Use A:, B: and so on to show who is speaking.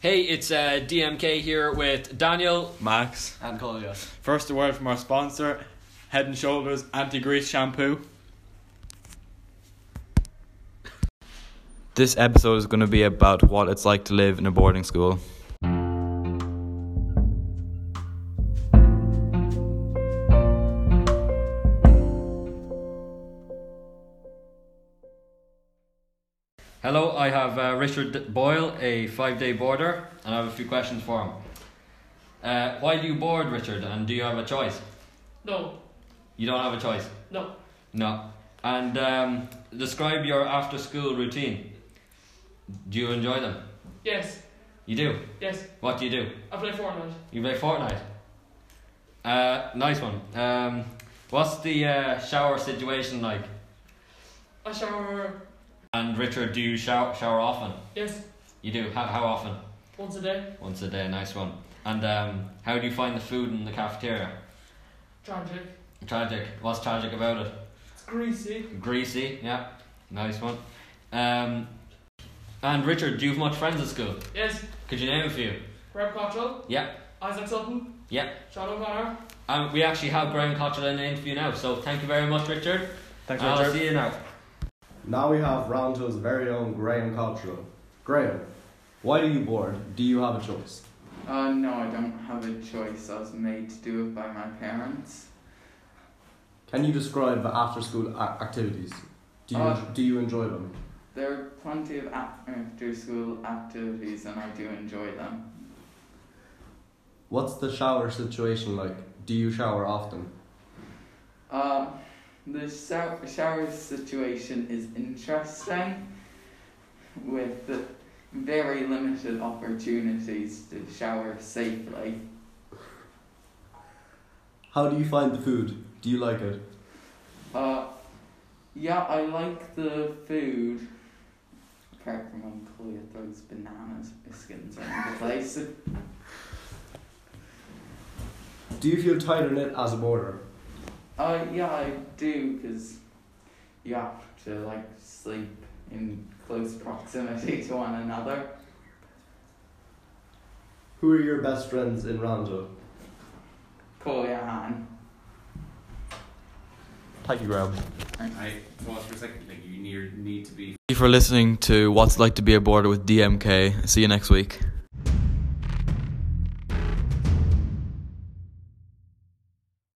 A: Hey, it's uh, DMK here with Daniel.
B: Max.
C: And Colia.
B: First, a word from our sponsor, Head and Shoulders Anti Grease Shampoo. This episode is going to be about what it's like to live in a boarding school.
A: Hello, I have uh, Richard Boyle, a five day boarder, and I have a few questions for him. Uh, why do you board, Richard, and do you have a choice?
D: No,
A: You don't have a choice?
D: no.
A: No. And um, describe your after school routine. Do you enjoy them?
D: Yes,
A: You do?
D: yes.
A: What do you do?
D: I play Fortnite.
A: You play Fortnite. Uh, nice one. Um, what's the uh, shower situation like?
D: I shower.
A: And Richard, do you shower, shower often?
D: Yes,
A: You do. How, how often?
D: once a day.
A: Once a day. Nice one. And um, how do you find the food in the cafeteria?
D: Tragic.
A: Tragic. What's tragic about it?
D: It's greasy.
A: Greasy. Yeah. Nice one. Um, and Richard, do you have much friends at school?
D: Yes.
A: Could you name a few?
D: Reb Cottrell.
A: Yeah.
D: Isaac Sutton.
A: Yeah.
D: Sean O'Connor.
A: And we actually have Graham Cottrell in the interview now. So thank you very much, Richard.
B: Thanks,
A: I'll
B: Richard.
A: see you now.
E: Now we have Ranto's very own Graham Cottrell. Graham, why are you bored? Do you have a choice?
F: Uh, no, I don't have a choice. I was made to do it by my parents.
E: Can you describe the after-school a- activities? Do you
F: Uh,
E: do you enjoy them?
F: There are plenty of after school activities, and I do enjoy them.
E: What's the shower situation like? Do you shower often?
F: Uh, the shower, shower situation is interesting, with very limited opportunities to shower safely.
E: How do you find the food? Do you like it?
F: Uh, yeah, I like the food. Apart from when Chloe throws bananas, biscuits around the place.
E: Do you feel tighter knit as a boarder?
F: Uh, yeah, I do, because you have to, like, sleep in close proximity to one another.
E: Who are your best friends in Rando?
F: Call your hand.
E: Thank you, Graham.
G: I pause for a second. Like you need need to be
B: Thank you for listening to What's Like to Be a Boarder with DMK. See you next week.